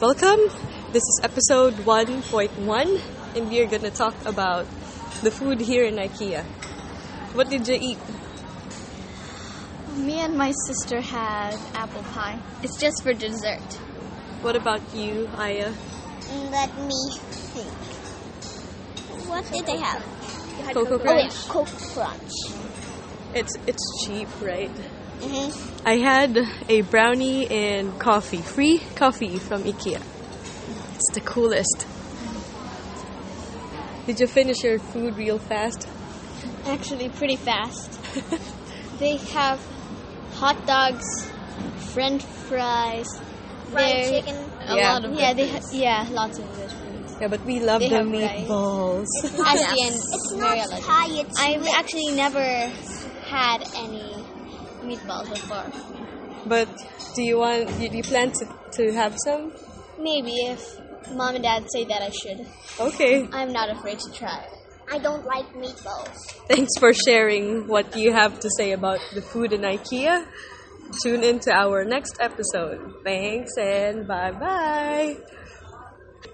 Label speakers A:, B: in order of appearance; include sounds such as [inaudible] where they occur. A: Welcome. This is episode 1.1, and we are going to talk about the food here in IKEA. What did you eat?
B: Me and my sister had apple pie. It's just for dessert.
A: What about you, Aya?
C: Let me think. What did they have?
A: Cocoa
C: Oh, yeah,
A: Crunch.
C: Coke Crunch.
A: It's it's cheap, right?
C: Mm-hmm.
A: I had a brownie and coffee, free coffee from IKEA. It's the coolest. Did you finish your food real fast?
B: Actually, pretty [laughs] fast. they have hot dogs, French fries,
C: Fried
B: there-
C: chicken.
B: A
A: Yeah.
B: lot of yeah, they ha- yeah, lots of good foods.
A: Yeah, but we love
B: They
A: the
B: have rice.
A: meatballs.
B: [laughs] At the end,
C: It's
B: very
C: not
B: delicious.
C: Thai, it's
B: I've
C: mixed.
B: actually never had any meatballs before.
A: But do you want? Do you plan to, to have some?
B: Maybe if mom and dad say that I should,
A: Okay.
B: I'm not afraid to try.
C: I don't like meatballs.
A: Thanks for sharing what you have to say about the food in IKEA. Tune in to our next episode. Thanks and bye bye.